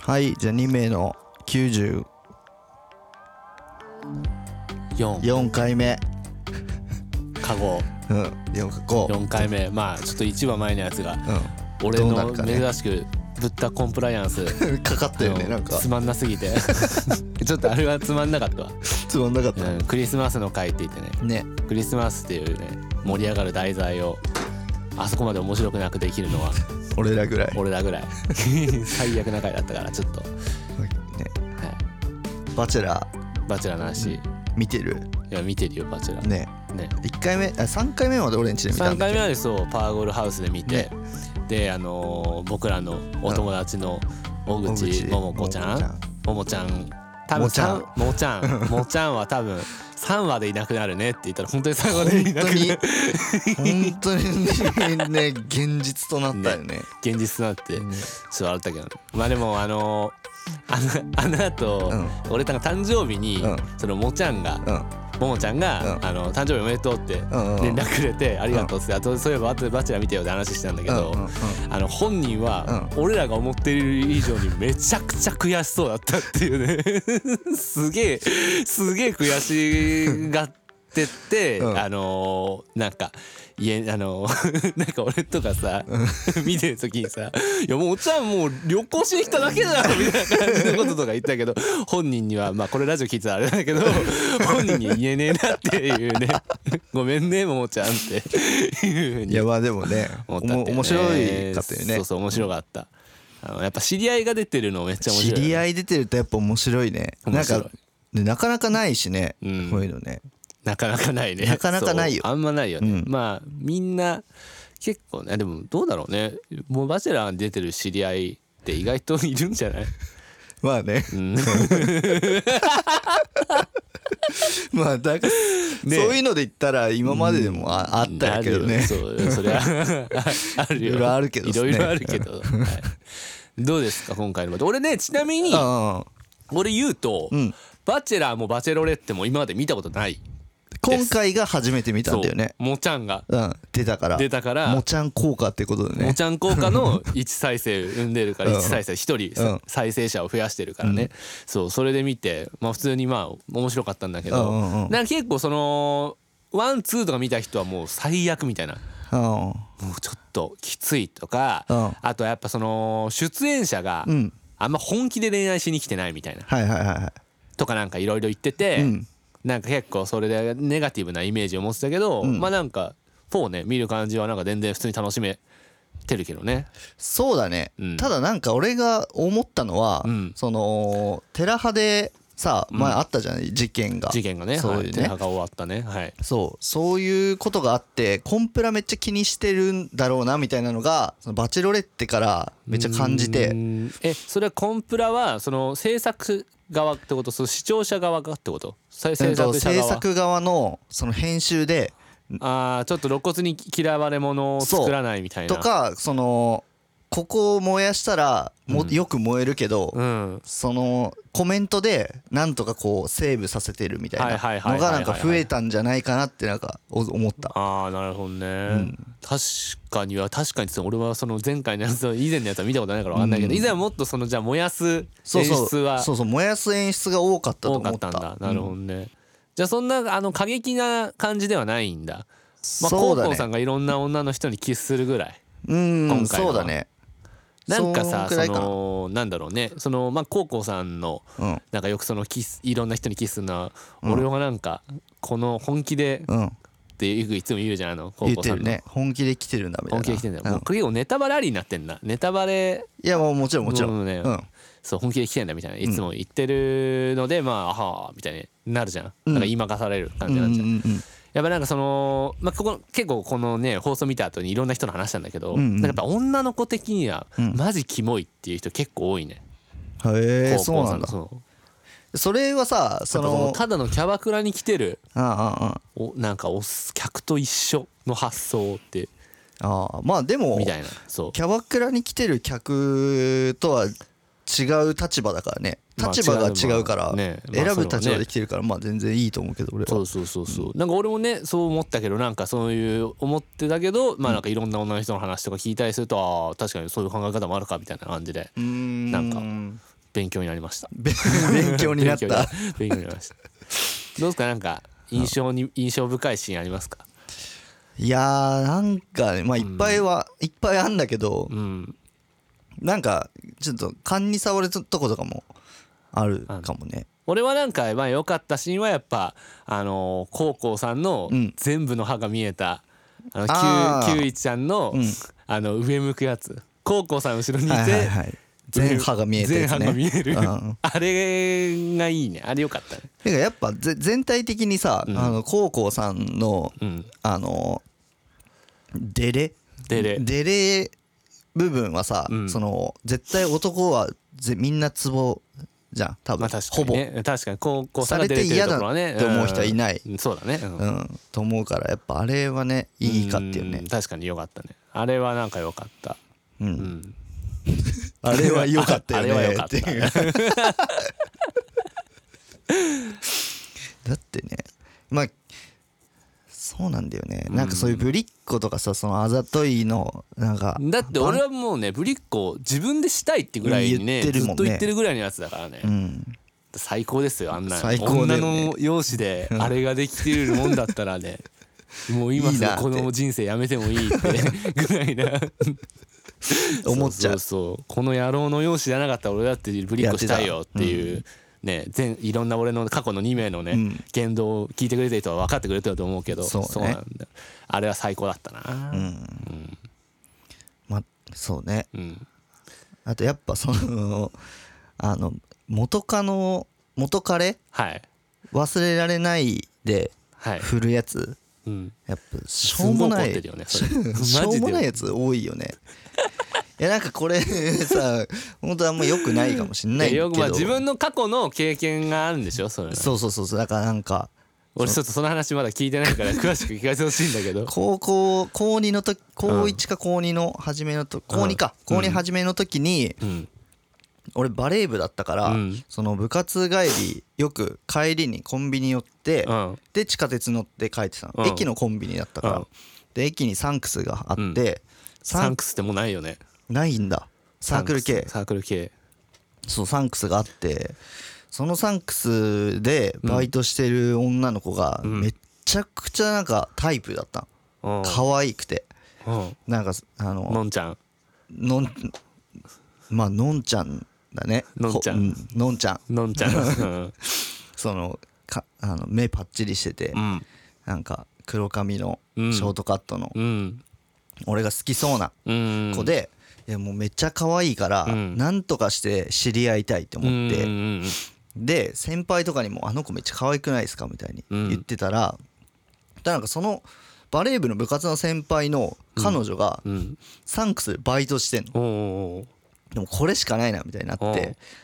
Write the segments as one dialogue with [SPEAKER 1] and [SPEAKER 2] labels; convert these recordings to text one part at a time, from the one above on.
[SPEAKER 1] はいじゃあ2名の94
[SPEAKER 2] 4
[SPEAKER 1] 回目
[SPEAKER 2] カゴ
[SPEAKER 1] うん4五
[SPEAKER 2] 4回目まあちょっと一番前のやつが
[SPEAKER 1] う
[SPEAKER 2] 俺
[SPEAKER 1] どうな
[SPEAKER 2] の
[SPEAKER 1] るかね
[SPEAKER 2] 珍しくぶったコンプライア ンス
[SPEAKER 1] んかかったよねなんか
[SPEAKER 2] つまんなす ぎてちょっとあれはつまんなかったわ、
[SPEAKER 1] つまんなかった
[SPEAKER 2] うん、クリスマスの会って言ってね
[SPEAKER 1] ね
[SPEAKER 2] クリスマスっていうね盛り上がる題材をあそこまで面白くなくできるのは
[SPEAKER 1] 俺らぐらい
[SPEAKER 2] 俺らぐらい 最悪な回だったからちょっと、は
[SPEAKER 1] ねバチェラ
[SPEAKER 2] い、バチェラーの話、い
[SPEAKER 1] ー見てる
[SPEAKER 2] や見てるよバチェラーね
[SPEAKER 1] ね1回目あ3回目まで俺んちで見た
[SPEAKER 2] 3
[SPEAKER 1] んだけ
[SPEAKER 2] 回目
[SPEAKER 1] ど
[SPEAKER 2] までそうパーゴールハウスで見て、
[SPEAKER 1] ね
[SPEAKER 2] であのー僕らのお友達の小
[SPEAKER 1] 小
[SPEAKER 2] 口
[SPEAKER 1] 口
[SPEAKER 2] 桃子ちゃんももちゃん多分
[SPEAKER 1] もちゃん
[SPEAKER 2] さもち ゃんもちゃんは多分3話でいなくなるねって言ったら本当に最後でい
[SPEAKER 1] 本
[SPEAKER 2] なく
[SPEAKER 1] 当
[SPEAKER 2] なる
[SPEAKER 1] に本当にね現実となったよね
[SPEAKER 2] 現実となってちょ
[SPEAKER 1] ね
[SPEAKER 2] っと笑ったけどまあでもあのーあのあの後、
[SPEAKER 1] う
[SPEAKER 2] 俺なんか誕生日に、
[SPEAKER 1] うん
[SPEAKER 2] そのもちゃんが、
[SPEAKER 1] うん
[SPEAKER 2] ももちゃん
[SPEAKER 1] う
[SPEAKER 2] が、
[SPEAKER 1] ん
[SPEAKER 2] あの誕生日おめでとうって
[SPEAKER 1] んうん
[SPEAKER 2] 連絡くれて、ありがとうっつって、あとそういえば後でバチェラー見てよって話してたんだけど、
[SPEAKER 1] うんうん
[SPEAKER 2] あの本人は俺らが思っている以上にめちゃくちゃ悔しそうだったっていうねすげえすげえ悔しがってって、
[SPEAKER 1] うん
[SPEAKER 2] あのーなんかいえあのー なんか俺とかさ、見てる時にさ「いやもうおっちゃんもう旅行しに来ただけだろ」みたいな感じのこととか言った けど本人にはまあこれラジオ聞いてたらあれだけど本人には言えねえなってい うね「ごめんねももちゃん」っていうふうに
[SPEAKER 1] いやまあでもね
[SPEAKER 2] 思
[SPEAKER 1] お
[SPEAKER 2] ったって
[SPEAKER 1] も
[SPEAKER 2] い
[SPEAKER 1] 面白
[SPEAKER 2] うね
[SPEAKER 1] いかったよね
[SPEAKER 2] そうそう面白かったあのやっぱ知り合いが出てるのめっちゃ面
[SPEAKER 1] 知
[SPEAKER 2] 白い
[SPEAKER 1] り合
[SPEAKER 2] い
[SPEAKER 1] い出てるとやっぱ面白いね
[SPEAKER 2] 面白い
[SPEAKER 1] なんかねなかなかないしね、
[SPEAKER 2] うん
[SPEAKER 1] こういうのね
[SPEAKER 2] なかなかないね
[SPEAKER 1] なかなかないよ
[SPEAKER 2] そうあんまないよね、
[SPEAKER 1] うん
[SPEAKER 2] まあみんな結構ねでもどうだろうねもうバチェラーに出てる知り合いって意外といるんじゃない、
[SPEAKER 1] まあね、
[SPEAKER 2] うん、
[SPEAKER 1] まあだから、
[SPEAKER 2] ね
[SPEAKER 1] そういうので言ったら今まででも あ,、あったんやけど
[SPEAKER 2] ある
[SPEAKER 1] ね
[SPEAKER 2] よそうそれは ああるよ
[SPEAKER 1] いろいろあるけど
[SPEAKER 2] い
[SPEAKER 1] っす
[SPEAKER 2] ろ
[SPEAKER 1] ね
[SPEAKER 2] いろあるけど、はい、どうですか今回の俺ねちなみに
[SPEAKER 1] ああ
[SPEAKER 2] 俺言うと、
[SPEAKER 1] うん
[SPEAKER 2] バチェラーもバチェロレッテも今まで見たことない
[SPEAKER 1] 今回が初めて見たんだよね
[SPEAKER 2] そうもちゃんが
[SPEAKER 1] うん出たから
[SPEAKER 2] 出たから
[SPEAKER 1] もちゃん効果ってことで
[SPEAKER 2] も
[SPEAKER 1] ね
[SPEAKER 2] ちゃん効果 の1再生生んでるから
[SPEAKER 1] うん
[SPEAKER 2] 1再生1人
[SPEAKER 1] うん
[SPEAKER 2] 再生者を増やしてるからね、そうそれで見てまあ普通にまあ面白かったんだけど、
[SPEAKER 1] うんうんうん
[SPEAKER 2] なんか結構そのワンツーとか見た人はもう最悪みたいな
[SPEAKER 1] うん
[SPEAKER 2] もうちょっときついとか、
[SPEAKER 1] うん
[SPEAKER 2] あとやっぱその出演者が
[SPEAKER 1] うん
[SPEAKER 2] あんま本気で恋愛しに来てないみたいな
[SPEAKER 1] はいはいはいは
[SPEAKER 2] とかなんかいろいろ言ってて、
[SPEAKER 1] いうん
[SPEAKER 2] なんか結構それでネガティブなイメージを持ってたけど、
[SPEAKER 1] ん
[SPEAKER 2] まあなんか4ね見る感じはなんか全然普通に楽しめてるけどね。
[SPEAKER 1] そうだね、
[SPEAKER 2] うん
[SPEAKER 1] ただなんか俺が思ったのは、
[SPEAKER 2] うん
[SPEAKER 1] その寺派でさ前あったじゃない、事件が
[SPEAKER 2] 事件がね
[SPEAKER 1] そういうね、
[SPEAKER 2] はい、手が終わったねはい
[SPEAKER 1] そうそういうことがあってコンプラめっちゃ気にしてるんだろうなみたいなのがそのバチェロレッテからめっちゃ感じ
[SPEAKER 2] う
[SPEAKER 1] て
[SPEAKER 2] んえそれはコンプラはその制作側ってことその視聴者側がってことさ
[SPEAKER 1] え
[SPEAKER 2] 制
[SPEAKER 1] っと
[SPEAKER 2] 作者
[SPEAKER 1] 制
[SPEAKER 2] 側
[SPEAKER 1] 作側のその編集で
[SPEAKER 2] あーちょっと露骨に嫌われ者を作らないみたいな
[SPEAKER 1] とかそのここを燃やしたらもよく燃えるけど、
[SPEAKER 2] うん
[SPEAKER 1] そのコメントでなんとかこうセーブさせてるみたい
[SPEAKER 2] はいはい
[SPEAKER 1] な
[SPEAKER 2] は
[SPEAKER 1] の
[SPEAKER 2] いはい
[SPEAKER 1] が
[SPEAKER 2] はい
[SPEAKER 1] なんか増えたんじゃないかなってなんかお思った。
[SPEAKER 2] ああなるほどね、確かには確かにそう俺はその前回のやつ以前のやつは見たことないから分かんないけど、以前はもっとそのじゃあ燃やす演
[SPEAKER 1] そうそう
[SPEAKER 2] 出は
[SPEAKER 1] そうそう燃やす演出が多かったと
[SPEAKER 2] 多か
[SPEAKER 1] 思
[SPEAKER 2] っ
[SPEAKER 1] った
[SPEAKER 2] たんだ
[SPEAKER 1] うん
[SPEAKER 2] なるほどね、じゃあそんなあの過激な感じではないんだまあ
[SPEAKER 1] そ
[SPEAKER 2] コ
[SPEAKER 1] うだね
[SPEAKER 2] ウコウさんがいろんな女の人にキスするぐらい
[SPEAKER 1] うん
[SPEAKER 2] 今回の
[SPEAKER 1] そうだね
[SPEAKER 2] なんかさ
[SPEAKER 1] そ
[SPEAKER 2] そ
[SPEAKER 1] んくらいかな
[SPEAKER 2] のなんだろうねそのまあコウコウさんの
[SPEAKER 1] うん
[SPEAKER 2] なんかよくそのキスいろんな人にキスするのは、俺はなんかこの本気でっ
[SPEAKER 1] うん
[SPEAKER 2] てよくいつも言うじゃんあのコウ
[SPEAKER 1] 言っ
[SPEAKER 2] コウ
[SPEAKER 1] て
[SPEAKER 2] さん
[SPEAKER 1] る
[SPEAKER 2] の、
[SPEAKER 1] ね本気で来てるんだみたい
[SPEAKER 2] 本
[SPEAKER 1] な
[SPEAKER 2] 気で来てんだよ、もう
[SPEAKER 1] う
[SPEAKER 2] これ結構ネタバレありになってんなネタバレ
[SPEAKER 1] んいやもうもちろんもちろん
[SPEAKER 2] もうね
[SPEAKER 1] うん
[SPEAKER 2] そう本気で来てんだみたいないつも言ってるので、まああはあみたいになるじゃん、なんか言いまかされる感
[SPEAKER 1] う
[SPEAKER 2] じ
[SPEAKER 1] んう
[SPEAKER 2] になっ
[SPEAKER 1] ん
[SPEAKER 2] ちゃう、
[SPEAKER 1] うん
[SPEAKER 2] やっぱなんかその、まあ、ここ結構このね放送見た後にいろんな人の話したんだけど、
[SPEAKER 1] うんうん
[SPEAKER 2] なんかやっぱ女の子的には
[SPEAKER 1] うん
[SPEAKER 2] マジキモいっていう人結構多いね、
[SPEAKER 1] へえ
[SPEAKER 2] 高校
[SPEAKER 1] そうなんだ
[SPEAKER 2] さのそう
[SPEAKER 1] それはさそ
[SPEAKER 2] その
[SPEAKER 1] の
[SPEAKER 2] ただのキャバクラに来てる
[SPEAKER 1] あああ
[SPEAKER 2] おなんかお客と一緒の発想って
[SPEAKER 1] あああまあでも
[SPEAKER 2] みたいなそう
[SPEAKER 1] キャバクラに来てる客とは違う立場だからね
[SPEAKER 2] まあ
[SPEAKER 1] 立場が違うから
[SPEAKER 2] 違うねまあ
[SPEAKER 1] 選ぶ立
[SPEAKER 2] それ
[SPEAKER 1] 場
[SPEAKER 2] はね
[SPEAKER 1] で来てるからまあ全然いいと思うけど俺
[SPEAKER 2] そ
[SPEAKER 1] は
[SPEAKER 2] うそうそうそうなんか俺もねそう思ったけどなんかそういう思ってたけどまあなんかいろんな女の人の話とか聞いたりするとああ確かにそういう考え方もあるかみたいな感じで
[SPEAKER 1] うーん
[SPEAKER 2] なんか勉強になりました
[SPEAKER 1] べ 勉強になった
[SPEAKER 2] 勉強にな勉強になりましたどうですかなんか印象に印象深いシーンありますか
[SPEAKER 1] いやーなんかねまあいっぱいは、いっぱいあんだけど
[SPEAKER 2] うん
[SPEAKER 1] なんかちょっと勘に触るとことかもあるかもね
[SPEAKER 2] 俺はなんかまあ良かったシーンはやっぱあのー高校さんの
[SPEAKER 1] うん
[SPEAKER 2] 全部の歯が見えた、あのキ
[SPEAKER 1] あー
[SPEAKER 2] ュウキュウイちゃんの、
[SPEAKER 1] うん
[SPEAKER 2] あの上向くやつ高校さん後ろにいて、
[SPEAKER 1] はいはいはい全歯が見えてるや
[SPEAKER 2] 全歯
[SPEAKER 1] つね
[SPEAKER 2] が見える、
[SPEAKER 1] うん
[SPEAKER 2] あれがいいねあれ良かったね
[SPEAKER 1] てかやっぱぜ全体的にさ、
[SPEAKER 2] うん
[SPEAKER 1] あの高校さんの
[SPEAKER 2] うん
[SPEAKER 1] あのデレ
[SPEAKER 2] デレ
[SPEAKER 1] デレ部分はさ、
[SPEAKER 2] うん
[SPEAKER 1] その絶対男はぜみんなツボじゃん多分、
[SPEAKER 2] まあ確か
[SPEAKER 1] ほ
[SPEAKER 2] に
[SPEAKER 1] ぼ、
[SPEAKER 2] ね確かに高校さんが出れてるところはね
[SPEAKER 1] されて嫌だって思う人はいない
[SPEAKER 2] うんそうだね、うん
[SPEAKER 1] うん、と思うからやっぱあれはねいいかっていうね
[SPEAKER 2] ん確かに良かったねあれはなんか良かった
[SPEAKER 1] うん、
[SPEAKER 2] うん
[SPEAKER 1] あれは良かったよね
[SPEAKER 2] あれは良かった
[SPEAKER 1] ていうだってねまあそうなんだよね、なんかそういうぶりっ子とかさそのあざといのなんか
[SPEAKER 2] だって俺はもうねぶりっ子を自分でしたいってぐらいにね
[SPEAKER 1] 言ってるもん
[SPEAKER 2] ず
[SPEAKER 1] ね
[SPEAKER 2] っと言ってるぐらいのやつだからね、
[SPEAKER 1] うん
[SPEAKER 2] 最高ですよあんな
[SPEAKER 1] 最高だ
[SPEAKER 2] 女
[SPEAKER 1] よね
[SPEAKER 2] の容姿であれができてるもんだった らねもう今すぐこの人生やめてもい いってぐらいな
[SPEAKER 1] 思っちゃう
[SPEAKER 2] そうそうそうこの野郎の容姿じゃなかったら俺だってぶりっこしたいよっていうね全いろんな俺の過去の2名のね、
[SPEAKER 1] うん
[SPEAKER 2] 言動を聞いてくれてる人は分かってくれてると思うけど
[SPEAKER 1] そうね
[SPEAKER 2] なんだあれは最高だったな、
[SPEAKER 1] うん、まあそうね
[SPEAKER 2] うん
[SPEAKER 1] あとやっぱその あの元カノ元カレ
[SPEAKER 2] はい
[SPEAKER 1] 忘れられないで
[SPEAKER 2] はい、
[SPEAKER 1] 振るやつ、
[SPEAKER 2] うん、
[SPEAKER 1] やっぱしょうもない
[SPEAKER 2] すんごい怒ってるよねそれマジ で
[SPEAKER 1] しょうもないやつ多いよねいやなんかこれ さ本当はあんま良くないかもしんない
[SPEAKER 2] い
[SPEAKER 1] け
[SPEAKER 2] や
[SPEAKER 1] ど
[SPEAKER 2] よくまあ自分の過去の経験があるんでしょそれ
[SPEAKER 1] そうそうそうそうだからなんか
[SPEAKER 2] 俺ちょっとその話まだ聞いてないから詳しく聞かせてほしいんだけど
[SPEAKER 1] 高校高2の時高1か高2の初めのと高2か高2初めの時に
[SPEAKER 2] うん
[SPEAKER 1] 俺バレー部だったから、
[SPEAKER 2] うん
[SPEAKER 1] その部活帰りよく帰りにコンビニ寄って、
[SPEAKER 2] うん
[SPEAKER 1] で地下鉄乗って帰ってたの、
[SPEAKER 2] うん
[SPEAKER 1] 駅のコンビニだったから、
[SPEAKER 2] うん
[SPEAKER 1] で駅にサンクスがあって、
[SPEAKER 2] うん
[SPEAKER 1] サ
[SPEAKER 2] サ
[SPEAKER 1] ン
[SPEAKER 2] ンクスってもうないよね
[SPEAKER 1] ないんだサークル系
[SPEAKER 2] サークル系
[SPEAKER 1] そうサンクスがあってそのサンクスでバイトしてる女の子が
[SPEAKER 2] ん
[SPEAKER 1] めっちゃくちゃなんかタイプだった
[SPEAKER 2] う
[SPEAKER 1] の
[SPEAKER 2] ん
[SPEAKER 1] 可愛くて
[SPEAKER 2] うん
[SPEAKER 1] なんかあ
[SPEAKER 2] の
[SPEAKER 1] の
[SPEAKER 2] んちゃん
[SPEAKER 1] のんまあのんちゃんだね
[SPEAKER 2] のんちゃん
[SPEAKER 1] こうのんちゃん
[SPEAKER 2] のんちゃんうん
[SPEAKER 1] そのかあの目パッチリしてて
[SPEAKER 2] うん
[SPEAKER 1] なんか黒髪のシ
[SPEAKER 2] うん
[SPEAKER 1] ョートカットの
[SPEAKER 2] うん
[SPEAKER 1] 俺が好きそうな
[SPEAKER 2] うん
[SPEAKER 1] 子でいやもうめっちゃ可愛いから
[SPEAKER 2] うん
[SPEAKER 1] なんとかして知り合いたいと
[SPEAKER 2] うん
[SPEAKER 1] 思って
[SPEAKER 2] うんうん
[SPEAKER 1] で先輩とかにも「あの子めっちゃ可愛くないですか?」みたいに
[SPEAKER 2] うん
[SPEAKER 1] 言ってたら、だからなんかそのバレー部の部活の先輩の彼女が
[SPEAKER 2] うん
[SPEAKER 1] サンクスでバイトしてんの、
[SPEAKER 2] おうおう
[SPEAKER 1] でもこれしかないなみたいになって、
[SPEAKER 2] うん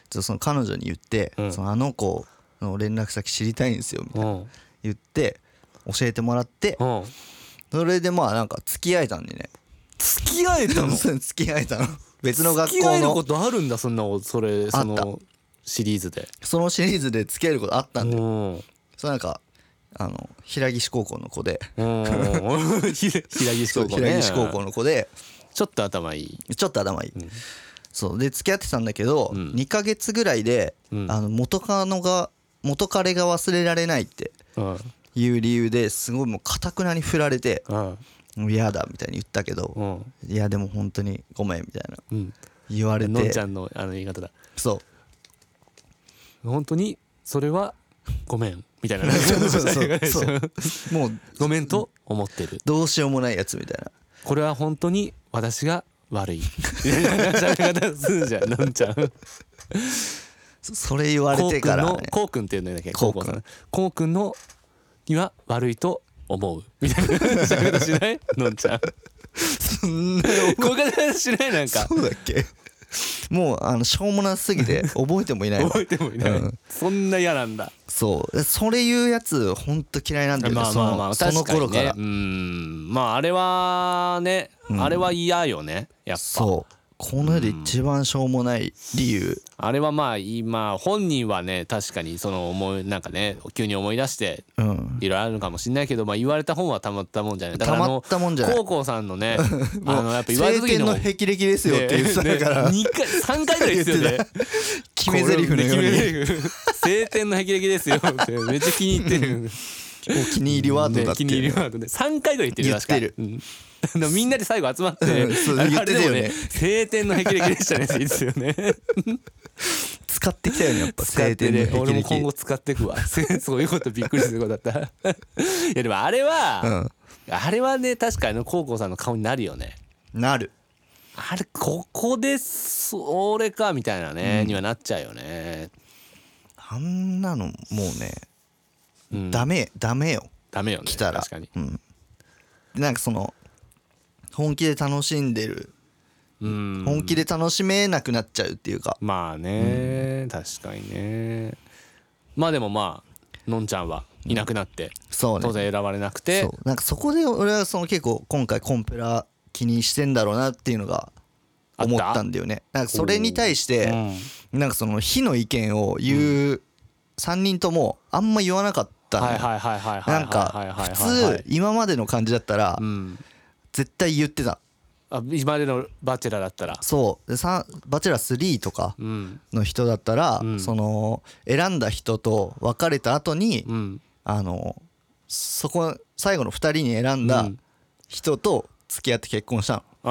[SPEAKER 1] ちょっとその彼女に言って、
[SPEAKER 2] うん
[SPEAKER 1] そのあの子の連絡先知りたいんですよみたい
[SPEAKER 2] おう
[SPEAKER 1] な言って教えてもらって
[SPEAKER 2] うんうん
[SPEAKER 1] それでまあなんか付き合えたんでね
[SPEAKER 2] 付き合えたの
[SPEAKER 1] 付き合えたの別の学
[SPEAKER 2] 付き合
[SPEAKER 1] 校
[SPEAKER 2] えるこ
[SPEAKER 1] の
[SPEAKER 2] とあるんだそんなことそれそ
[SPEAKER 1] あ
[SPEAKER 2] のシリーズで
[SPEAKER 1] そのシリーズで付き合えることあったんで、
[SPEAKER 2] うん
[SPEAKER 1] そのなんかあの平岸高校の子で。
[SPEAKER 2] うんひら平岸
[SPEAKER 1] そう
[SPEAKER 2] 高校ね
[SPEAKER 1] 平岸高校の子で
[SPEAKER 2] ちょっと頭いい
[SPEAKER 1] ちょっと頭いい、そうで付き合ってたんだけど、
[SPEAKER 2] うん
[SPEAKER 1] 2ヶ月ぐらいで、
[SPEAKER 2] うん
[SPEAKER 1] あの元カノが元彼が忘れられないって
[SPEAKER 2] うん
[SPEAKER 1] いう理由ですごいもうかたくなに振られて
[SPEAKER 2] うん
[SPEAKER 1] 「もう嫌だ」みたいに言ったけど
[SPEAKER 2] う
[SPEAKER 1] 「
[SPEAKER 2] ん
[SPEAKER 1] いやでも本当にごめん」みたいな
[SPEAKER 2] うん
[SPEAKER 1] 言われ
[SPEAKER 2] のん
[SPEAKER 1] て
[SPEAKER 2] ちゃんのあの言い方だ
[SPEAKER 1] そう
[SPEAKER 2] 本当にそれはごめん みたいな
[SPEAKER 1] そうそうそうそうもう
[SPEAKER 2] ごめんと思ってる
[SPEAKER 1] どうしようもないやつみたいな
[SPEAKER 2] これは本当に私が 悪い喋り方するじゃんのんちゃん
[SPEAKER 1] そそれ言われ
[SPEAKER 2] こう
[SPEAKER 1] て
[SPEAKER 2] く
[SPEAKER 1] か
[SPEAKER 2] ん
[SPEAKER 1] ら
[SPEAKER 2] の
[SPEAKER 1] ね
[SPEAKER 2] こうくんっていうんだっけ
[SPEAKER 1] こうくん
[SPEAKER 2] こうくんこうくんのには悪いと思うみたいな喋り方しないのんちゃんこ
[SPEAKER 1] そんな
[SPEAKER 2] ういう方しないなんか
[SPEAKER 1] そうだっけ もうあのしょうもなすぎて覚えてもいないわ
[SPEAKER 2] 覚えてもいない、
[SPEAKER 1] うん
[SPEAKER 2] そんな嫌なんだ
[SPEAKER 1] そうそれ言うやつほんと嫌いなんだよね
[SPEAKER 2] まあまあまあ
[SPEAKER 1] そのその
[SPEAKER 2] 確かにね
[SPEAKER 1] 頃から
[SPEAKER 2] うんまああれはね、
[SPEAKER 1] うん
[SPEAKER 2] あれは嫌よねやっぱ
[SPEAKER 1] そうこの世で一番しょうもない理由
[SPEAKER 2] あれはまあ今本人はね確かにその思いなんかね急に思い出して
[SPEAKER 1] うん
[SPEAKER 2] いろいろあるのかもしれないけど、まあ、言われた本はたまったもんじゃないだからあ
[SPEAKER 1] たま
[SPEAKER 2] の
[SPEAKER 1] ったもんじゃない
[SPEAKER 2] 高校さんの ねあのやっぱ言われ
[SPEAKER 1] 晴
[SPEAKER 2] た時
[SPEAKER 1] 天
[SPEAKER 2] の
[SPEAKER 1] の霹靂ですよって言ってたから
[SPEAKER 2] ねね2回3回ぐらい必要
[SPEAKER 1] 言
[SPEAKER 2] で
[SPEAKER 1] ってた 決め台詞のように
[SPEAKER 2] 決め台詞晴天の霹靂ですよってめっちゃ気に入ってる、
[SPEAKER 1] お気に入りワードだ
[SPEAKER 2] ね
[SPEAKER 1] って
[SPEAKER 2] 気に入りワードで3回ぐらい言ってるよ確か
[SPEAKER 1] 言ってる
[SPEAKER 2] うん あのみんなで最後集まって、
[SPEAKER 1] うんそう言
[SPEAKER 2] あ
[SPEAKER 1] ってた
[SPEAKER 2] れで
[SPEAKER 1] よ
[SPEAKER 2] も
[SPEAKER 1] ね
[SPEAKER 2] ね晴天の霹靂でした ねって言ってたよね
[SPEAKER 1] 使ってきたよねやっぱ
[SPEAKER 2] 使っ
[SPEAKER 1] 晴天
[SPEAKER 2] て
[SPEAKER 1] の
[SPEAKER 2] ね
[SPEAKER 1] 霹
[SPEAKER 2] 俺も今
[SPEAKER 1] 靂
[SPEAKER 2] 後使ってくわ そういうことびっくりすることだった いやでもあれは、あれはね確かに高校さんの顔になるよね
[SPEAKER 1] なる
[SPEAKER 2] あれここでそれかみたいなね、にはなっちゃうよね
[SPEAKER 1] あんなのもうね、
[SPEAKER 2] うん
[SPEAKER 1] ダメダメよ
[SPEAKER 2] ダメよね
[SPEAKER 1] 来たら
[SPEAKER 2] 確かに
[SPEAKER 1] うん、なんかその本気で楽しんでる
[SPEAKER 2] うん
[SPEAKER 1] 本気で楽しめなくなっちゃうっていうか、
[SPEAKER 2] まあね、確かにねまあでもまあのんちゃんはいなくなって、
[SPEAKER 1] そうね
[SPEAKER 2] 当然選ばれなくて
[SPEAKER 1] そうなんかそこで俺はその結構今回コンペラ気にしてんだろうなっていうのが
[SPEAKER 2] あった
[SPEAKER 1] 思ったんだよねなんかそれに対してなんかその非の意見を言う3人ともあんま言わなかったの
[SPEAKER 2] はい
[SPEAKER 1] よ
[SPEAKER 2] はいはいはいはいはい
[SPEAKER 1] なんか
[SPEAKER 2] はい
[SPEAKER 1] 普
[SPEAKER 2] はいはいはい
[SPEAKER 1] 通今までの感じだったら
[SPEAKER 2] うん
[SPEAKER 1] 絶対言ってた
[SPEAKER 2] あ今までのバチェラーだったら
[SPEAKER 1] そうでさバチェラー3とか
[SPEAKER 2] うん
[SPEAKER 1] の人だったら、
[SPEAKER 2] うん
[SPEAKER 1] その選んだ人と別れた後に、
[SPEAKER 2] うん
[SPEAKER 1] あのそこ最後の2人に選んだ
[SPEAKER 2] うん
[SPEAKER 1] 人と付き合って結婚した
[SPEAKER 2] あ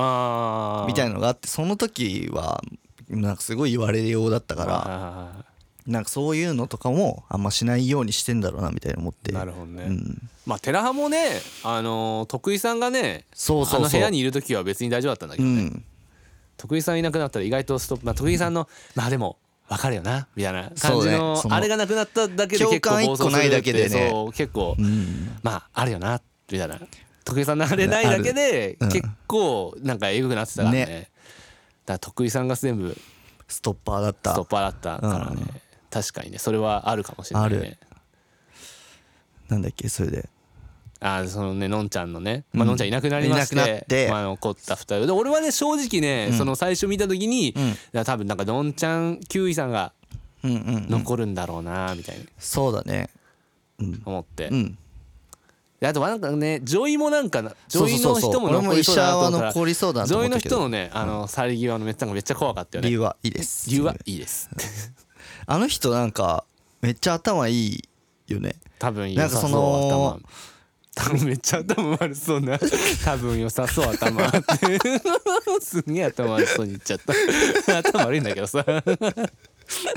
[SPEAKER 1] の
[SPEAKER 2] あ
[SPEAKER 1] みたい
[SPEAKER 2] な
[SPEAKER 1] なのがあってその時はなんかすごい言われようだったからなんかそういうのとかもあんましないようにしてんだろうなみたいな思って
[SPEAKER 2] なるほどね、
[SPEAKER 1] うん
[SPEAKER 2] まあ寺派もねあのー徳井さんがね
[SPEAKER 1] そうそうそう
[SPEAKER 2] あの部屋にいる時は別に大丈夫だったんだけ
[SPEAKER 1] う
[SPEAKER 2] ど、
[SPEAKER 1] ん
[SPEAKER 2] 徳井さんいなくなったら意外とストップ、まあ、徳井さんのまあでも分かるよなみたいな感
[SPEAKER 1] そう
[SPEAKER 2] じ
[SPEAKER 1] ね
[SPEAKER 2] の
[SPEAKER 1] その
[SPEAKER 2] あれがなくなっただけで
[SPEAKER 1] 共
[SPEAKER 2] 結構
[SPEAKER 1] 感
[SPEAKER 2] 暴
[SPEAKER 1] 一個
[SPEAKER 2] 走す
[SPEAKER 1] ない
[SPEAKER 2] る
[SPEAKER 1] だけでね
[SPEAKER 2] ってそう結構、
[SPEAKER 1] うん
[SPEAKER 2] まああるよなみたいな徳井さんのあれないだけで
[SPEAKER 1] あるうん
[SPEAKER 2] 結構なんかえぐくなってたからね
[SPEAKER 1] ね
[SPEAKER 2] だから徳井さんが全部
[SPEAKER 1] ストッパーだっ
[SPEAKER 2] ストッ
[SPEAKER 1] た
[SPEAKER 2] パーだったからね、確かにねそれはあるかもしれないね
[SPEAKER 1] なんだっけそれで
[SPEAKER 2] あーそのねのんちゃんのね、まあ
[SPEAKER 1] うん
[SPEAKER 2] のんちゃんいなくなりまして
[SPEAKER 1] いなくなって
[SPEAKER 2] まあ、残った2人で俺はね正直ね、その最初見た時に、
[SPEAKER 1] ん
[SPEAKER 2] だから多分なんかのんちゃん9位さんが
[SPEAKER 1] うんうん
[SPEAKER 2] 残るんだろうなみたいな
[SPEAKER 1] そうだね
[SPEAKER 2] 思って、
[SPEAKER 1] うん
[SPEAKER 2] であとはなんかね女医もなんかな
[SPEAKER 1] そ
[SPEAKER 2] 女
[SPEAKER 1] うそ
[SPEAKER 2] 医
[SPEAKER 1] うそうそう
[SPEAKER 2] の人も残りそうだなと思った
[SPEAKER 1] 俺も医者は残りそうだ
[SPEAKER 2] ら
[SPEAKER 1] なと思
[SPEAKER 2] 女医
[SPEAKER 1] っ
[SPEAKER 2] の
[SPEAKER 1] たけど
[SPEAKER 2] 人のねあの去り際のめったのがめっちゃ怖かったよ
[SPEAKER 1] 理
[SPEAKER 2] ね
[SPEAKER 1] 由はいいです
[SPEAKER 2] 理由はいいですって
[SPEAKER 1] あの人なんかめっちゃ頭いいよね
[SPEAKER 2] 多分
[SPEAKER 1] な
[SPEAKER 2] 良
[SPEAKER 1] んか
[SPEAKER 2] さ
[SPEAKER 1] そ
[SPEAKER 2] そう
[SPEAKER 1] の
[SPEAKER 2] 頭多分めっちゃ頭悪そ うな多分良さそう頭ってすんげえ頭悪そうに言っちゃった 頭悪いんだけどさ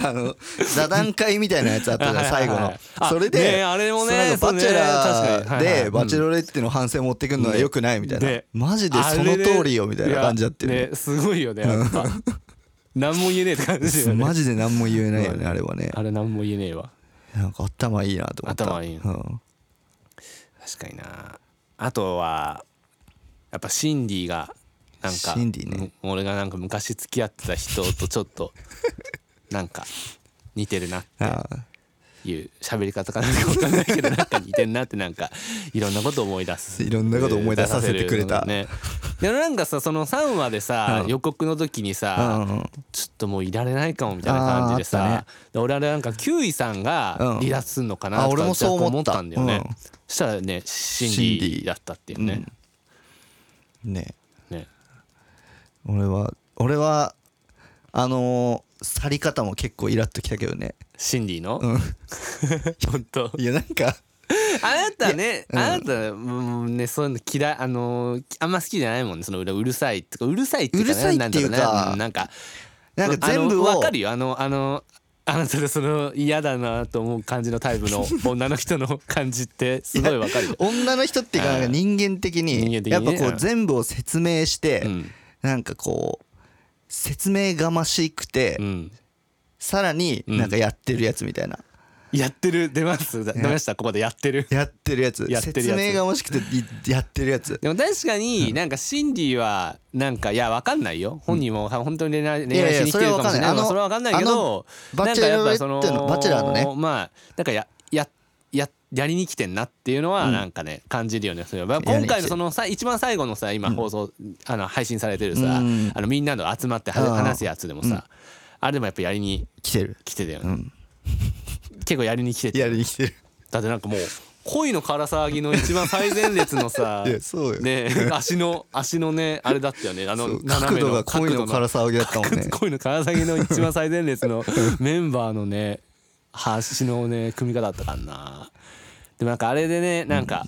[SPEAKER 1] あの座談会みたいなやつあったじゃん
[SPEAKER 2] はいはい
[SPEAKER 1] 最後
[SPEAKER 2] は
[SPEAKER 1] の
[SPEAKER 2] いあ
[SPEAKER 1] それで、
[SPEAKER 2] ねあれもね
[SPEAKER 1] そのなんかバ
[SPEAKER 2] そうね
[SPEAKER 1] チェラ
[SPEAKER 2] 確か
[SPEAKER 1] ー
[SPEAKER 2] にはいはい
[SPEAKER 1] でバチェロレッテの反省持ってくるのは良くないみたいな、
[SPEAKER 2] で
[SPEAKER 1] マジで
[SPEAKER 2] あ
[SPEAKER 1] そ
[SPEAKER 2] れ
[SPEAKER 1] の
[SPEAKER 2] ね
[SPEAKER 1] 通りよみたいな感じだってる、
[SPEAKER 2] やねすごいよねや っぱ何も言えねえって感じだよね
[SPEAKER 1] マジで何も言えないよねあれはね
[SPEAKER 2] あれ何も言えねえわ
[SPEAKER 1] なんか頭いいなと思った
[SPEAKER 2] 頭い
[SPEAKER 1] う
[SPEAKER 2] い
[SPEAKER 1] ん、
[SPEAKER 2] 確かになあとはやっぱシンディがなんか
[SPEAKER 1] シンディね
[SPEAKER 2] うん俺がなんか昔付き合ってた人とちょっ となんか似てるなって
[SPEAKER 1] ああ
[SPEAKER 2] いう喋り方かなんか分かんないけどなんか似てるなってなんかいろんなこと思い出す
[SPEAKER 1] いろんなこと思い出させてくれた
[SPEAKER 2] ねでもなんかさその3話でさ、
[SPEAKER 1] うん
[SPEAKER 2] 予告の時にさ、
[SPEAKER 1] うんうん
[SPEAKER 2] ちょっともういられないかもみたいな感じで
[SPEAKER 1] あーあっ
[SPEAKER 2] さ
[SPEAKER 1] た、
[SPEAKER 2] で俺あれなんか9位さんが
[SPEAKER 1] うん
[SPEAKER 2] 離脱するのかなと
[SPEAKER 1] あ俺
[SPEAKER 2] か
[SPEAKER 1] もそう
[SPEAKER 2] 若干
[SPEAKER 1] 思
[SPEAKER 2] 思
[SPEAKER 1] っ
[SPEAKER 2] ったたんだよね、
[SPEAKER 1] うん
[SPEAKER 2] そしたらねシンデ
[SPEAKER 1] シンデ
[SPEAKER 2] ィ
[SPEAKER 1] ィ
[SPEAKER 2] だったっていうね,、
[SPEAKER 1] ね
[SPEAKER 2] ね
[SPEAKER 1] 俺は俺はあのー去り方も結構イラっときたけどね
[SPEAKER 2] シンディの、
[SPEAKER 1] うん
[SPEAKER 2] 本当
[SPEAKER 1] いやなんか
[SPEAKER 2] あなたね、
[SPEAKER 1] いやうん
[SPEAKER 2] あなたもうねそういうの嫌いあのーあんま好きじゃないもんねそのうらうるさいとかうるさいっていうかね
[SPEAKER 1] うるさいっていうか
[SPEAKER 2] なんだろねんなんか
[SPEAKER 1] なんか全部
[SPEAKER 2] あのわ
[SPEAKER 1] を
[SPEAKER 2] かるよあのあのあなたのその嫌だなと思う感じのタイ プの女の人の感じってす ごいわかるよ。
[SPEAKER 1] 女の人っていうかなんか
[SPEAKER 2] うん
[SPEAKER 1] 人間的に
[SPEAKER 2] 人間的
[SPEAKER 1] やっ
[SPEAKER 2] に
[SPEAKER 1] ぱ
[SPEAKER 2] ね
[SPEAKER 1] こ
[SPEAKER 2] う
[SPEAKER 1] うん全部を説明して
[SPEAKER 2] うん
[SPEAKER 1] なんかこう説明がましくて
[SPEAKER 2] うん
[SPEAKER 1] さらになんかやってるやつみたいな
[SPEAKER 2] やってる出ます出ましたここでやってる。
[SPEAKER 1] やってるやつ
[SPEAKER 2] やってる
[SPEAKER 1] 説
[SPEAKER 2] やつ
[SPEAKER 1] 明がましくていやってるやつ
[SPEAKER 2] でも確かになんかシンディはなんかいやわかんないよ本人も本当に恋愛恋愛しに来てるかもしれな
[SPEAKER 1] いや
[SPEAKER 2] い
[SPEAKER 1] いや
[SPEAKER 2] そ
[SPEAKER 1] そ
[SPEAKER 2] れ
[SPEAKER 1] れはわ
[SPEAKER 2] はわか
[SPEAKER 1] か
[SPEAKER 2] ん
[SPEAKER 1] ん
[SPEAKER 2] な
[SPEAKER 1] ないい
[SPEAKER 2] けどなんかやっぱそ
[SPEAKER 1] あのバチェロレッテのバチェラーの
[SPEAKER 2] まあなんかややややりに来てんなっていうのはなんかね感じるよねそれはまあ
[SPEAKER 1] やり
[SPEAKER 2] 今
[SPEAKER 1] に来て
[SPEAKER 2] 回のそのさ一番最後のさ今放送あの配信されてるさ
[SPEAKER 1] うん
[SPEAKER 2] あのみんなの集まっては
[SPEAKER 1] うん
[SPEAKER 2] 話すやつでもさあれでもやっぱやりに
[SPEAKER 1] 来てる
[SPEAKER 2] 来てたよ
[SPEAKER 1] う
[SPEAKER 2] ね
[SPEAKER 1] ん
[SPEAKER 2] 結構やりに来てて
[SPEAKER 1] やりに来てる
[SPEAKER 2] だってなんかもう恋の唐騒ぎの一番最前列のさ
[SPEAKER 1] いやそうよ
[SPEAKER 2] ねえ足の足のねあれだったよねあの
[SPEAKER 1] そう
[SPEAKER 2] 斜
[SPEAKER 1] 角
[SPEAKER 2] め
[SPEAKER 1] 度
[SPEAKER 2] の
[SPEAKER 1] が恋の
[SPEAKER 2] 角
[SPEAKER 1] 唐
[SPEAKER 2] 度
[SPEAKER 1] 騒ぎだったもんね
[SPEAKER 2] 恋の唐騒ぎの一番最前列のメンバーのね足のね組み方だったからなでもなんかあれでねなんか、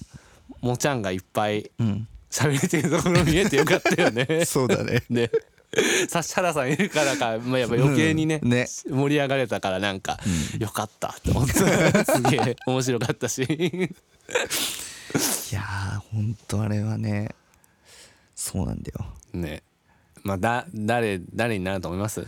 [SPEAKER 2] もちゃんがいっぱい
[SPEAKER 1] うん
[SPEAKER 2] 喋れてるところ見えてよかったよね
[SPEAKER 1] そうだね
[SPEAKER 2] ね指原さんいるからか、まあ、やっぱ余計にね,、
[SPEAKER 1] うんね
[SPEAKER 2] 盛り上がれたからなんか、よかったって思ったすげえ面白かったし
[SPEAKER 1] いやーほんとあれはねそうなんだよ
[SPEAKER 2] ねまあだ誰誰になると思います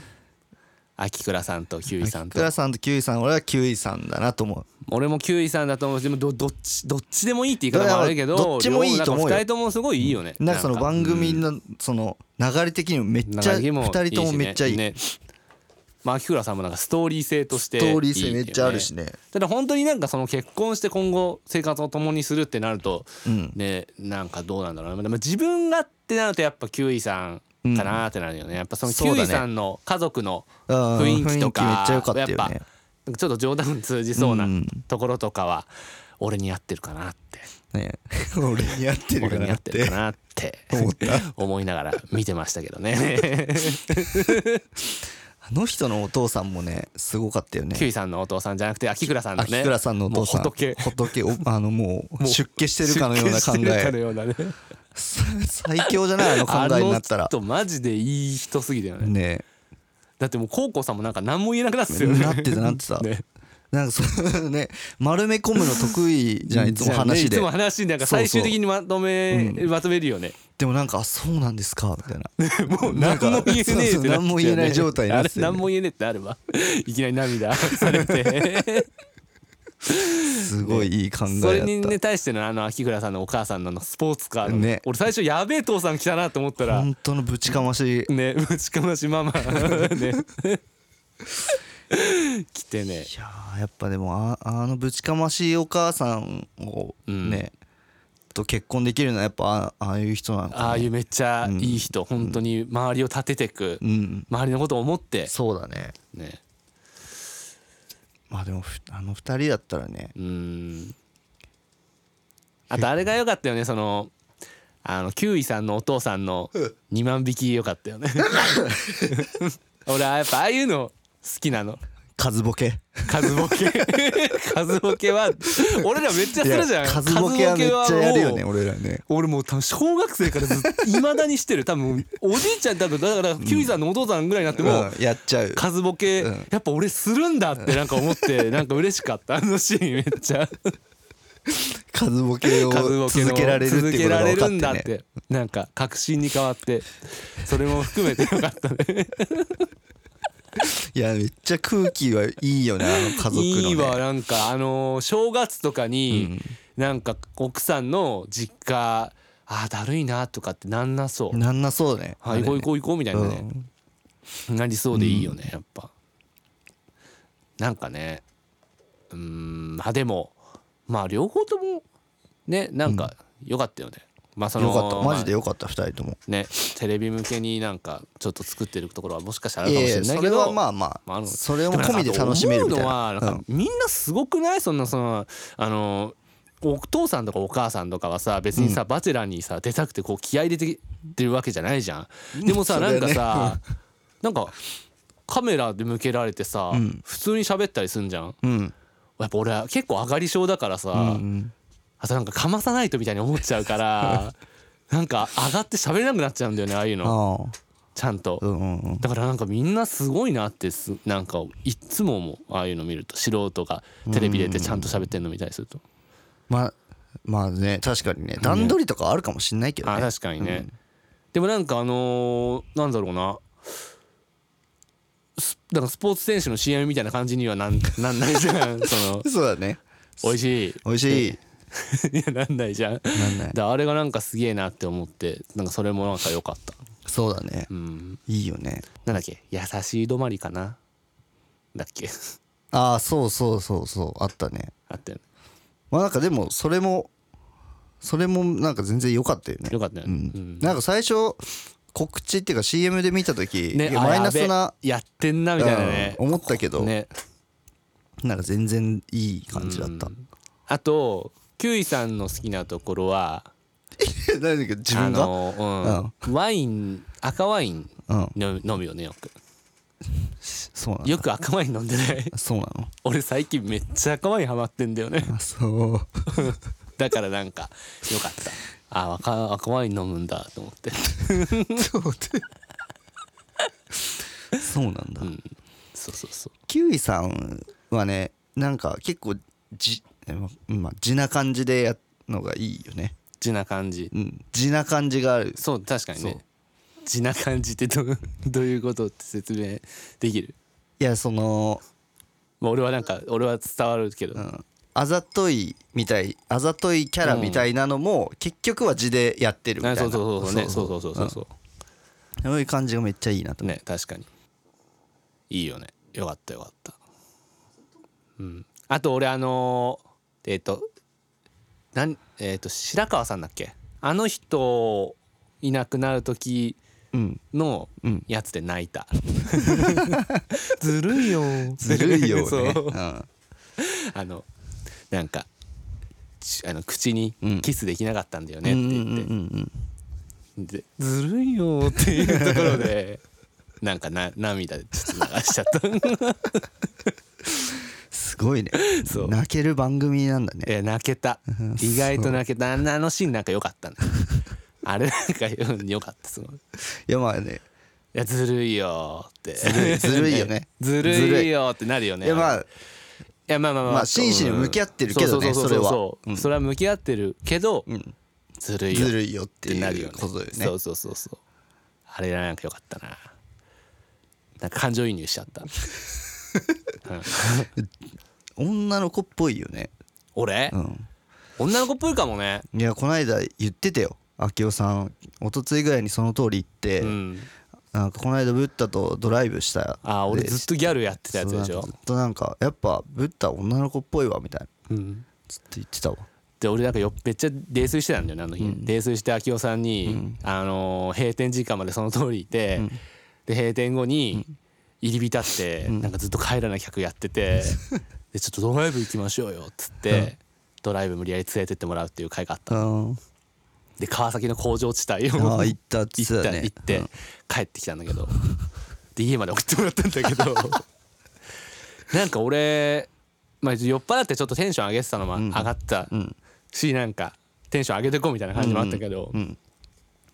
[SPEAKER 2] 秋倉さんとキュウイさんと
[SPEAKER 1] 倉さんとキウイさん俺はキウイさんだなと思う
[SPEAKER 2] 俺もキュウイさんだと思うしでもどどっちどっちでもいいって言い方もあるけど
[SPEAKER 1] どどっちもいいと思うよ
[SPEAKER 2] 両方なんか二人ともすごいいいよね
[SPEAKER 1] なんかその番組
[SPEAKER 2] うん
[SPEAKER 1] のその流れ的にもめっちゃ
[SPEAKER 2] 流れ
[SPEAKER 1] 2
[SPEAKER 2] も
[SPEAKER 1] 人ともめっちゃいい
[SPEAKER 2] しねねまあ秋倉さんもなんかストーリー性とし
[SPEAKER 1] スト
[SPEAKER 2] て
[SPEAKER 1] ーリー性めっちゃある
[SPEAKER 2] いいよね
[SPEAKER 1] しね
[SPEAKER 2] ただ本当になんかその結婚して今後生活を共にするってなると、
[SPEAKER 1] うん
[SPEAKER 2] ねなんかどうなんだろうな、まあ、でも自分がってなるとやっぱキウイさんかなってなるよね、やっぱそのキ
[SPEAKER 1] そうだ
[SPEAKER 2] ウ
[SPEAKER 1] ね
[SPEAKER 2] イさんの家族の
[SPEAKER 1] うん
[SPEAKER 2] 雰囲気とか、
[SPEAKER 1] めっちゃ良かったよね
[SPEAKER 2] やっぱなんかちょっと冗談通じそうな
[SPEAKER 1] うん
[SPEAKER 2] ところとかは俺に合ってるかなって
[SPEAKER 1] ね 俺に合ってるか
[SPEAKER 2] 俺に合
[SPEAKER 1] なっ
[SPEAKER 2] ってる
[SPEAKER 1] て
[SPEAKER 2] かなって
[SPEAKER 1] 思っ
[SPEAKER 2] 思いながら見てましたけど ね
[SPEAKER 1] あの人のお父さんもねすごかったよね
[SPEAKER 2] キウイさんのお父さんじゃなくて秋倉さんのね
[SPEAKER 1] 秋倉さんのお父さん
[SPEAKER 2] もう仏
[SPEAKER 1] 仏お あのもう
[SPEAKER 2] もう
[SPEAKER 1] 出家してるかのような考
[SPEAKER 2] 出家してるかの
[SPEAKER 1] え
[SPEAKER 2] ようなね
[SPEAKER 1] 最強じゃないあの考えになったら
[SPEAKER 2] あの人マジでいい人すぎだよね
[SPEAKER 1] ね
[SPEAKER 2] だってもう高校さんもなんか何も言えなくなってたよね
[SPEAKER 1] なってたなってた
[SPEAKER 2] ね
[SPEAKER 1] なんかそのね丸め込むの得意じゃんいつも
[SPEAKER 2] ね
[SPEAKER 1] 話
[SPEAKER 2] いつ
[SPEAKER 1] で
[SPEAKER 2] も話なんか
[SPEAKER 1] そうそう
[SPEAKER 2] 最終的にまとめ
[SPEAKER 1] う
[SPEAKER 2] まとめるよね
[SPEAKER 1] でもなんかあそうなんですかみたいな
[SPEAKER 2] もう何も言えねえってなっ
[SPEAKER 1] そうそう何も言えない状態になって
[SPEAKER 2] て
[SPEAKER 1] た
[SPEAKER 2] たよ
[SPEAKER 1] よね
[SPEAKER 2] ねあれ何も言えねえってあれ ばいきなり涙 されて
[SPEAKER 1] すごいいい考えだった
[SPEAKER 2] それにね対してのあの秋倉さんのお母さんのあのスポーツカーの
[SPEAKER 1] ね
[SPEAKER 2] 俺最初やべえ父さん来たなと思ったら
[SPEAKER 1] 本当のぶちかまし
[SPEAKER 2] ねぶちかましマ マね来てね
[SPEAKER 1] いやーやっぱでもああのぶちかましいお母さんをね、と結婚できるのはやっぱあああいう人なのかな
[SPEAKER 2] ああいうめっちゃいい人、本当に周りを立ててく、
[SPEAKER 1] うん
[SPEAKER 2] 周りのことを思って、
[SPEAKER 1] そうだね
[SPEAKER 2] ね、
[SPEAKER 1] まあでもふあの二人だったらね
[SPEAKER 2] うーんあとあれが良かったよねそのあのキウイさんのお父さんの2万匹良かったよ ね俺はやっぱああいうの好きなの
[SPEAKER 1] 数ボケ
[SPEAKER 2] 数 ボケ数ボケは俺らめっちゃするじゃん
[SPEAKER 1] 数ボケはめっちゃやるよね
[SPEAKER 2] もう
[SPEAKER 1] 俺らね
[SPEAKER 2] 俺もう多分小学生からずっといまだにしてる多分おじいちゃん多分だからキウイさんのお父さんぐらいになっても、
[SPEAKER 1] うんやっちゃう
[SPEAKER 2] 数ボケ、
[SPEAKER 1] うん
[SPEAKER 2] やっぱ俺するんだってなんか 思ってなんか嬉しかったあのシーンめっちゃ
[SPEAKER 1] 数ボケ
[SPEAKER 2] 数
[SPEAKER 1] を
[SPEAKER 2] ボケの
[SPEAKER 1] 続けられるって
[SPEAKER 2] 続
[SPEAKER 1] い
[SPEAKER 2] け
[SPEAKER 1] うこ
[SPEAKER 2] ら
[SPEAKER 1] とが
[SPEAKER 2] れ
[SPEAKER 1] 分かっ
[SPEAKER 2] る
[SPEAKER 1] て
[SPEAKER 2] んだっ
[SPEAKER 1] ね
[SPEAKER 2] てなんか確信に変わってそれも含めてよ かったね
[SPEAKER 1] いやめっちゃ空気はいいよねあの家族のね
[SPEAKER 2] いいわなんかあのー正月とかになんか奥さんの実家あーだるいなとかってなんなそう
[SPEAKER 1] なんなそうだね
[SPEAKER 2] はい行こう行こう行こうみたいなねなりそうでいいよねやっぱなんかねうーんあでもまあ両方ともねなんか良かったよねまあそ
[SPEAKER 1] うん
[SPEAKER 2] の
[SPEAKER 1] よかったマジで
[SPEAKER 2] ま
[SPEAKER 1] よかった二人とも
[SPEAKER 2] あねテレビ向けになんかちょっと作ってるところはもしかしたらあ
[SPEAKER 1] い
[SPEAKER 2] るかも
[SPEAKER 1] や
[SPEAKER 2] し
[SPEAKER 1] い
[SPEAKER 2] れ
[SPEAKER 1] や
[SPEAKER 2] ない
[SPEAKER 1] そ
[SPEAKER 2] け
[SPEAKER 1] れ
[SPEAKER 2] ど
[SPEAKER 1] はまあま
[SPEAKER 2] まああ
[SPEAKER 1] あ
[SPEAKER 2] の
[SPEAKER 1] それを込みで楽しめるみたいな
[SPEAKER 2] でもさ思うのはなんかみんなすごくないそんなそのあのお父さんとかお母さんとかはさ別にさ、バチェラーにさ出たくてこう気合い入れてってるわけじゃないじゃん。でもさ、
[SPEAKER 1] それ
[SPEAKER 2] な
[SPEAKER 1] は
[SPEAKER 2] ん
[SPEAKER 1] ね
[SPEAKER 2] か さなんかカメラで向けられてさ、普通に喋ったりすんじゃん。
[SPEAKER 1] うんうん
[SPEAKER 2] やっぱ俺は結構上がり症だからさ、
[SPEAKER 1] うん
[SPEAKER 2] あとなんかかまさないとみたいに思っちゃうから なんか上がって喋れなくなっちゃうんだよねああいうの
[SPEAKER 1] ああ
[SPEAKER 2] ちゃんと。
[SPEAKER 1] うんうんうん
[SPEAKER 2] だからなんかみんなすごいなってすなんかいっつも思うああいうの見ると素人がテレビ出てちゃんと喋ってんの見たりすると、
[SPEAKER 1] まあまあね確かにね段取りとかあるかもしんないけど
[SPEAKER 2] あ
[SPEAKER 1] ね
[SPEAKER 2] 確かにね、でもなんかあのー、なんだろうなスなんかスポーツ選手の CM みたいな感じにはなん なんないじ ゃんその
[SPEAKER 1] そうだね
[SPEAKER 2] 美味しい
[SPEAKER 1] 美味しい
[SPEAKER 2] いやなんないじゃん
[SPEAKER 1] なんない
[SPEAKER 2] だあれがなんかすげえなって思ってなんかそれもなんか良かった
[SPEAKER 1] そうだね
[SPEAKER 2] うん
[SPEAKER 1] いいよね
[SPEAKER 2] なんだっけ優しい止まりかなだっけ
[SPEAKER 1] ああそうそうそうそうあったね
[SPEAKER 2] あったよね
[SPEAKER 1] まあなんかでもそれもそれもなんか全然良かったよね
[SPEAKER 2] よかったよ
[SPEAKER 1] う
[SPEAKER 2] ね、
[SPEAKER 1] んなんか最初告知っていうか CM で見た時、
[SPEAKER 2] ね
[SPEAKER 1] いや
[SPEAKER 2] あ
[SPEAKER 1] マイナス
[SPEAKER 2] や
[SPEAKER 1] な、
[SPEAKER 2] べやってんなみたいなね、
[SPEAKER 1] うん思ったけど、
[SPEAKER 2] ね
[SPEAKER 1] なんか全然いい感じだった、
[SPEAKER 2] あとキュウイさんの好きなところは
[SPEAKER 1] 何だっけ自分
[SPEAKER 2] あ
[SPEAKER 1] が
[SPEAKER 2] の、うんワイン赤ワイン
[SPEAKER 1] うん
[SPEAKER 2] の飲むよねよく
[SPEAKER 1] そうなの
[SPEAKER 2] よく赤ワイン飲んでない
[SPEAKER 1] そうなの
[SPEAKER 2] 俺最近めっちゃ赤ワインハマってんだよね
[SPEAKER 1] あそう
[SPEAKER 2] だからなんかよかったあ赤赤ワイン飲むんだと思って
[SPEAKER 1] そうなんだ、
[SPEAKER 2] うんそうそうそう
[SPEAKER 1] キウイさんはねなんか結構じ、まあ、地な感じでやるのがいいよね、
[SPEAKER 2] 地な感じ
[SPEAKER 1] うん、地な感じがある
[SPEAKER 2] そう確かに
[SPEAKER 1] そう
[SPEAKER 2] ね地な感じってどう どういうことって説明できる
[SPEAKER 1] いやその、
[SPEAKER 2] まあ俺はなんか俺は伝わるけど、
[SPEAKER 1] うん、あざといみたいあざといキャラみたいなのも、結局は地でやってるみたい
[SPEAKER 2] あ
[SPEAKER 1] な
[SPEAKER 2] そうそうそうそうねそうそうそうそうそう
[SPEAKER 1] うんそういう感じがめっちゃいいなと、
[SPEAKER 2] ね確かにいいよねよかったよかったうんあと俺あのーえっ、となんえっ、と白川さんだっけあの人いなくなる時
[SPEAKER 1] うん、
[SPEAKER 2] の
[SPEAKER 1] うん
[SPEAKER 2] やつで泣いた、ずるいよ
[SPEAKER 1] ずるい よ
[SPEAKER 2] そ
[SPEAKER 1] ね、
[SPEAKER 2] う
[SPEAKER 1] うん、
[SPEAKER 2] あのなんかちあの口に
[SPEAKER 1] うん
[SPEAKER 2] キスできなかったんだよねって言って、
[SPEAKER 1] うんうんうんうん
[SPEAKER 2] でずるいよっていうところでなんかな涙でちょっと流しちゃった
[SPEAKER 1] すごいね
[SPEAKER 2] そう
[SPEAKER 1] 泣ける番組なんだね
[SPEAKER 2] え泣けた意外と泣けたあんなあのシーンなんか良かったんだあれなんかうん良かったすごいい
[SPEAKER 1] いやまあね
[SPEAKER 2] やずるいよーって
[SPEAKER 1] ずるいずるいよね
[SPEAKER 2] ずる
[SPEAKER 1] ずるい
[SPEAKER 2] いよーってなるよね
[SPEAKER 1] いやま
[SPEAKER 2] あれ
[SPEAKER 1] あ
[SPEAKER 2] いやまあまあまあ
[SPEAKER 1] まあ真摯に向き合ってるけどね
[SPEAKER 2] うんうううう
[SPEAKER 1] それはうん
[SPEAKER 2] それは向き合ってるけど
[SPEAKER 1] うん
[SPEAKER 2] ずるいよ
[SPEAKER 1] ず
[SPEAKER 2] っ
[SPEAKER 1] るいよって
[SPEAKER 2] てなる
[SPEAKER 1] い
[SPEAKER 2] よ
[SPEAKER 1] う
[SPEAKER 2] ね
[SPEAKER 1] ことだよね
[SPEAKER 2] そうそうそうそうあれなんか良かったななんか感情移入しちゃった うん
[SPEAKER 1] 女の子っぽいよね
[SPEAKER 2] 俺
[SPEAKER 1] うん
[SPEAKER 2] 女の子っぽいかもね
[SPEAKER 1] いやこの間言ってたよ明夫さん一昨日ぐらいにその通り言って、
[SPEAKER 2] うん
[SPEAKER 1] なんかこの間ブッダとドライブした
[SPEAKER 2] あー俺ずっとギャルやってたやつでし
[SPEAKER 1] そうなんか
[SPEAKER 2] ょ
[SPEAKER 1] ずっとなんかやっぱブッダ女の子っぽいわみたいな
[SPEAKER 2] うん
[SPEAKER 1] ずっと言ってたわ
[SPEAKER 2] で俺なんかよめっちゃ泥酔してたんだよねあの日、泥酔して明夫さんに、あのー閉店時間までその通りいて、で閉店後に入り浸って、なんかずっと帰らない客やって てでちょっとドライブ行きましょうよっつって、ドライブ無理やり連れてってもらうっていう会があったの
[SPEAKER 1] うん
[SPEAKER 2] で川崎の工場地帯を
[SPEAKER 1] ああ行ったっつって
[SPEAKER 2] 行った
[SPEAKER 1] ね
[SPEAKER 2] 行って、
[SPEAKER 1] うん
[SPEAKER 2] 帰ってきたんだけどで家まで送ってもらったんだ けどなんか俺、まあ、酔っ払ってちょっとテンション上げてたのも上がったし、なんかテンション上げてこうみたいな感じもあったけど、
[SPEAKER 1] ん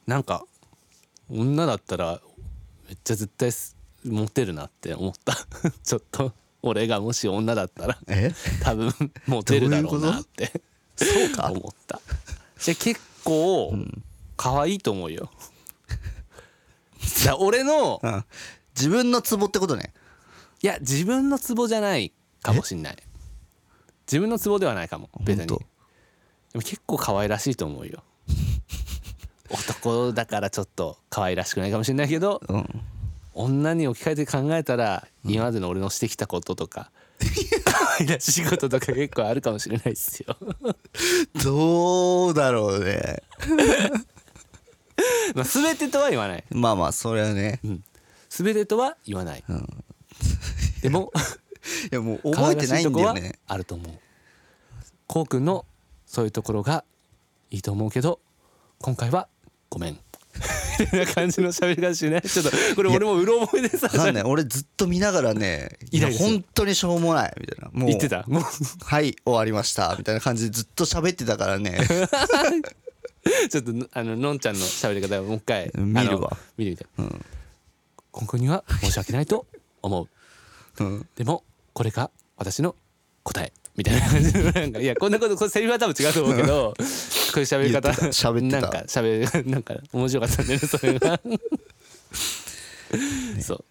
[SPEAKER 2] なんか女だったらめっちゃ絶対すモテるなって思った ちょっと俺がもし女だったら
[SPEAKER 1] え
[SPEAKER 2] 多分モテるだろうなって
[SPEAKER 1] そうか
[SPEAKER 2] 思ったじゃ結構可愛いと思うよ、だ俺の
[SPEAKER 1] うん自分のツボってことね
[SPEAKER 2] いや自分のツボじゃないかもしんない自分のツボではないかも別にで
[SPEAKER 1] ほん
[SPEAKER 2] も
[SPEAKER 1] と
[SPEAKER 2] 結構可愛らしいと思うよ男だからちょっと可愛らしくないかもしれないけど
[SPEAKER 1] うん
[SPEAKER 2] 女に置き換えて考えたら今までの俺のしてきたこと とか可愛らしいこととか結構あるかもしれないですよ
[SPEAKER 1] どうだろうね
[SPEAKER 2] まあ全てとは言わない
[SPEAKER 1] まあまあそれはね
[SPEAKER 2] 全てとは言わない、でも
[SPEAKER 1] いやもう 覚えてないんだよ
[SPEAKER 2] 可愛らしいと
[SPEAKER 1] ね
[SPEAKER 2] こはあると思うこうくんのそういうところがいいと思うけど今回はごめんみたいな感じの喋り方しないちょっとこれ俺もうろ覚えでさ
[SPEAKER 1] わ かんない俺ずっと見ながらねい
[SPEAKER 2] イ
[SPEAKER 1] や
[SPEAKER 2] ライラする
[SPEAKER 1] 本当にしょうもないみたいなもう
[SPEAKER 2] 言ってたもう
[SPEAKER 1] はい終わりましたみたいな感じでずっと喋ってたから ね
[SPEAKER 2] ちょっとあののんちゃんの喋り方をもう一回
[SPEAKER 1] 見るわ
[SPEAKER 2] あの見るみたい、今後には申し訳ないと思う
[SPEAKER 1] うん
[SPEAKER 2] でもこれが私の答えみたいな感じのなんかいやこんなことこれセリフは多分違うと思うけどこういう喋り方
[SPEAKER 1] 言ってた喋ってた
[SPEAKER 2] なんか喋るなんか面白かったんだよねそれが、そう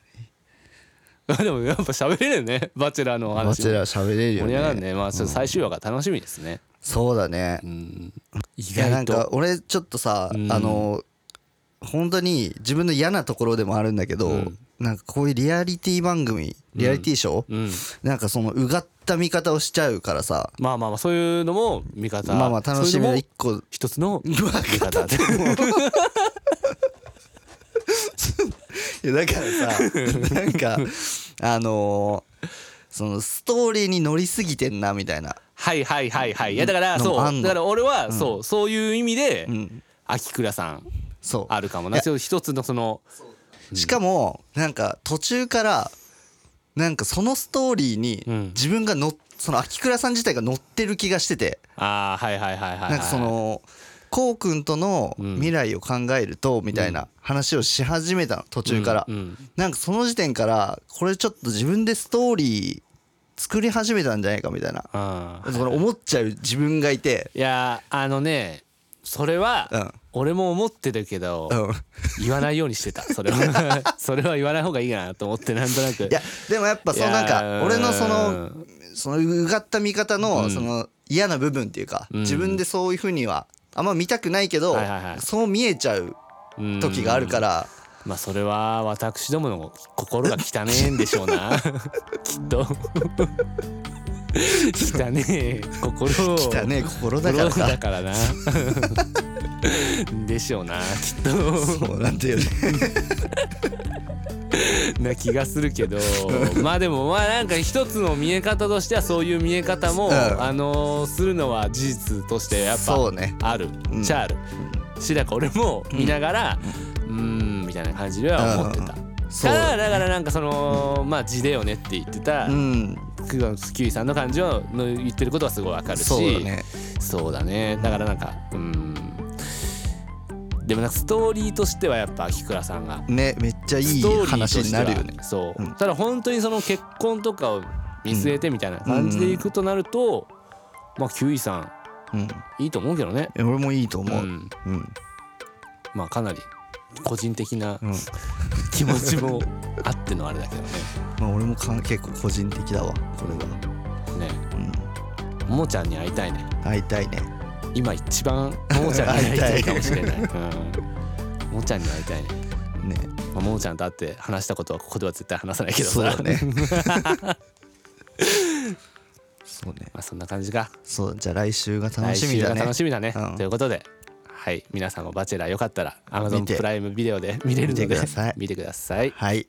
[SPEAKER 2] あでもやっぱ喋れるねバチェラーのお話も
[SPEAKER 1] バチェラー喋れるよ
[SPEAKER 2] 盛り
[SPEAKER 1] ね
[SPEAKER 2] 上がるねまあちょっと最終話が楽しみですね、
[SPEAKER 1] そうだね、
[SPEAKER 2] うん、意
[SPEAKER 1] いやな
[SPEAKER 2] 外
[SPEAKER 1] ん
[SPEAKER 2] と
[SPEAKER 1] か俺ちょっとさ、
[SPEAKER 2] うん
[SPEAKER 1] あの本当に自分の嫌なところでもあるんだけど、
[SPEAKER 2] うん
[SPEAKER 1] なんかこういうリアリティ番組リアリティショー、
[SPEAKER 2] うん、
[SPEAKER 1] なんかそのうがった見方をしちゃうからさ
[SPEAKER 2] まあまあまあそういうのも見方
[SPEAKER 1] まあまあ楽しみ
[SPEAKER 2] そういう
[SPEAKER 1] の
[SPEAKER 2] のも
[SPEAKER 1] 一個
[SPEAKER 2] 一つの見方で
[SPEAKER 1] いやだからさ なんかあのーそのストーリーに乗りすぎてんなみたいな
[SPEAKER 2] はいはいはいはいいやだから
[SPEAKER 1] の
[SPEAKER 2] そう
[SPEAKER 1] あんの
[SPEAKER 2] だから俺はそうそういう意味で
[SPEAKER 1] ん
[SPEAKER 2] 秋倉さん
[SPEAKER 1] そう
[SPEAKER 2] あるかもなちょっと一つのその
[SPEAKER 1] しかもなんか途中からなんかそのストーリーに
[SPEAKER 2] うん
[SPEAKER 1] 自分がのその秋倉さん自体が乗ってる気がしてて
[SPEAKER 2] ああはいはいはいはいはい
[SPEAKER 1] なんかそのこうくんとの
[SPEAKER 2] うん
[SPEAKER 1] 未来を考えるとみたいな話をし始めたの途中から
[SPEAKER 2] うんうん
[SPEAKER 1] なんかその時点からこれちょっと自分でストーリー作り始めたんじゃないかみたいな
[SPEAKER 2] あー
[SPEAKER 1] その思っちゃう自分がいて
[SPEAKER 2] いやーあのねそれ
[SPEAKER 1] う
[SPEAKER 2] は
[SPEAKER 1] ん
[SPEAKER 2] 俺も思ってるけど
[SPEAKER 1] うん
[SPEAKER 2] 言わないようにしてたそ れはそれは言わない方がいいかなと思ってなんとなく
[SPEAKER 1] いやでもやっぱそのなん
[SPEAKER 2] いや
[SPEAKER 1] か
[SPEAKER 2] ー
[SPEAKER 1] 俺のそのそのうがった見方のその嫌な部分っていうか
[SPEAKER 2] うん
[SPEAKER 1] 自分でそういうふうにはあんま見たくないけど
[SPEAKER 2] はいはいはい
[SPEAKER 1] そう見えちゃう
[SPEAKER 2] うん
[SPEAKER 1] 時があるから
[SPEAKER 2] まあそれは私どもの心が汚ねえんでしょ うなきっと汚ねえ心を
[SPEAKER 1] 来たね心だか
[SPEAKER 2] 心
[SPEAKER 1] らか
[SPEAKER 2] だからな でしょうなきっと
[SPEAKER 1] そうなんだよね
[SPEAKER 2] な気がするけ どまあでもまあなんか一つの見え方としてはそういう見え方も、
[SPEAKER 1] うん
[SPEAKER 2] あのーするのは事実と してやっ
[SPEAKER 1] そ
[SPEAKER 2] ぱ
[SPEAKER 1] うね
[SPEAKER 2] ある
[SPEAKER 1] うん
[SPEAKER 2] ちゃある、しだか俺も見ながらうーんみたいな感じでは思ってた。
[SPEAKER 1] そ
[SPEAKER 2] ただ
[SPEAKER 1] う
[SPEAKER 2] だからなんかその、まあ地だよねって言ってた、
[SPEAKER 1] うん
[SPEAKER 2] クガスキュウイさんの感じはの言ってることはすごいわかるし
[SPEAKER 1] そうだね
[SPEAKER 2] そうだねだからなんかうんでもなんかストーリーとしてはやっぱ秋倉さんが
[SPEAKER 1] ねめっちゃい
[SPEAKER 2] ス
[SPEAKER 1] い
[SPEAKER 2] トーリーと
[SPEAKER 1] 話
[SPEAKER 2] しては
[SPEAKER 1] になるよね
[SPEAKER 2] そう、
[SPEAKER 1] うん
[SPEAKER 2] ただ本当にその結婚とかを見据えてみたいな感じでいくとなると、まあキュウイさ
[SPEAKER 1] うん
[SPEAKER 2] んいいと思うけどね
[SPEAKER 1] 俺もいいと思
[SPEAKER 2] う
[SPEAKER 1] うんうん
[SPEAKER 2] まあかなり個人的な
[SPEAKER 1] うん
[SPEAKER 2] 気持ちもあってのあれだけど
[SPEAKER 1] まあ俺もかん結構個人的だわこれは
[SPEAKER 2] ねね
[SPEAKER 1] うん
[SPEAKER 2] ももちゃんに会いたいね
[SPEAKER 1] 会いたいね
[SPEAKER 2] 今一番ももちゃんに会いたいかもしれない。うんももちゃんに会いたいね。
[SPEAKER 1] ね
[SPEAKER 2] まあ、ももちゃんと会って話したことはここでは絶対話さないけど
[SPEAKER 1] そう
[SPEAKER 2] さ。
[SPEAKER 1] だねそうね
[SPEAKER 2] まあそんな感じか。
[SPEAKER 1] そうじゃあ来週が楽しみだ
[SPEAKER 2] 来週が
[SPEAKER 1] ね
[SPEAKER 2] 楽しみだね。
[SPEAKER 1] うん
[SPEAKER 2] ということで、はい皆さんもバチェラーよかったら
[SPEAKER 1] 見
[SPEAKER 2] Amazon
[SPEAKER 1] て
[SPEAKER 2] プライムビデオで見れるので
[SPEAKER 1] 見てください
[SPEAKER 2] 見てください。
[SPEAKER 1] はい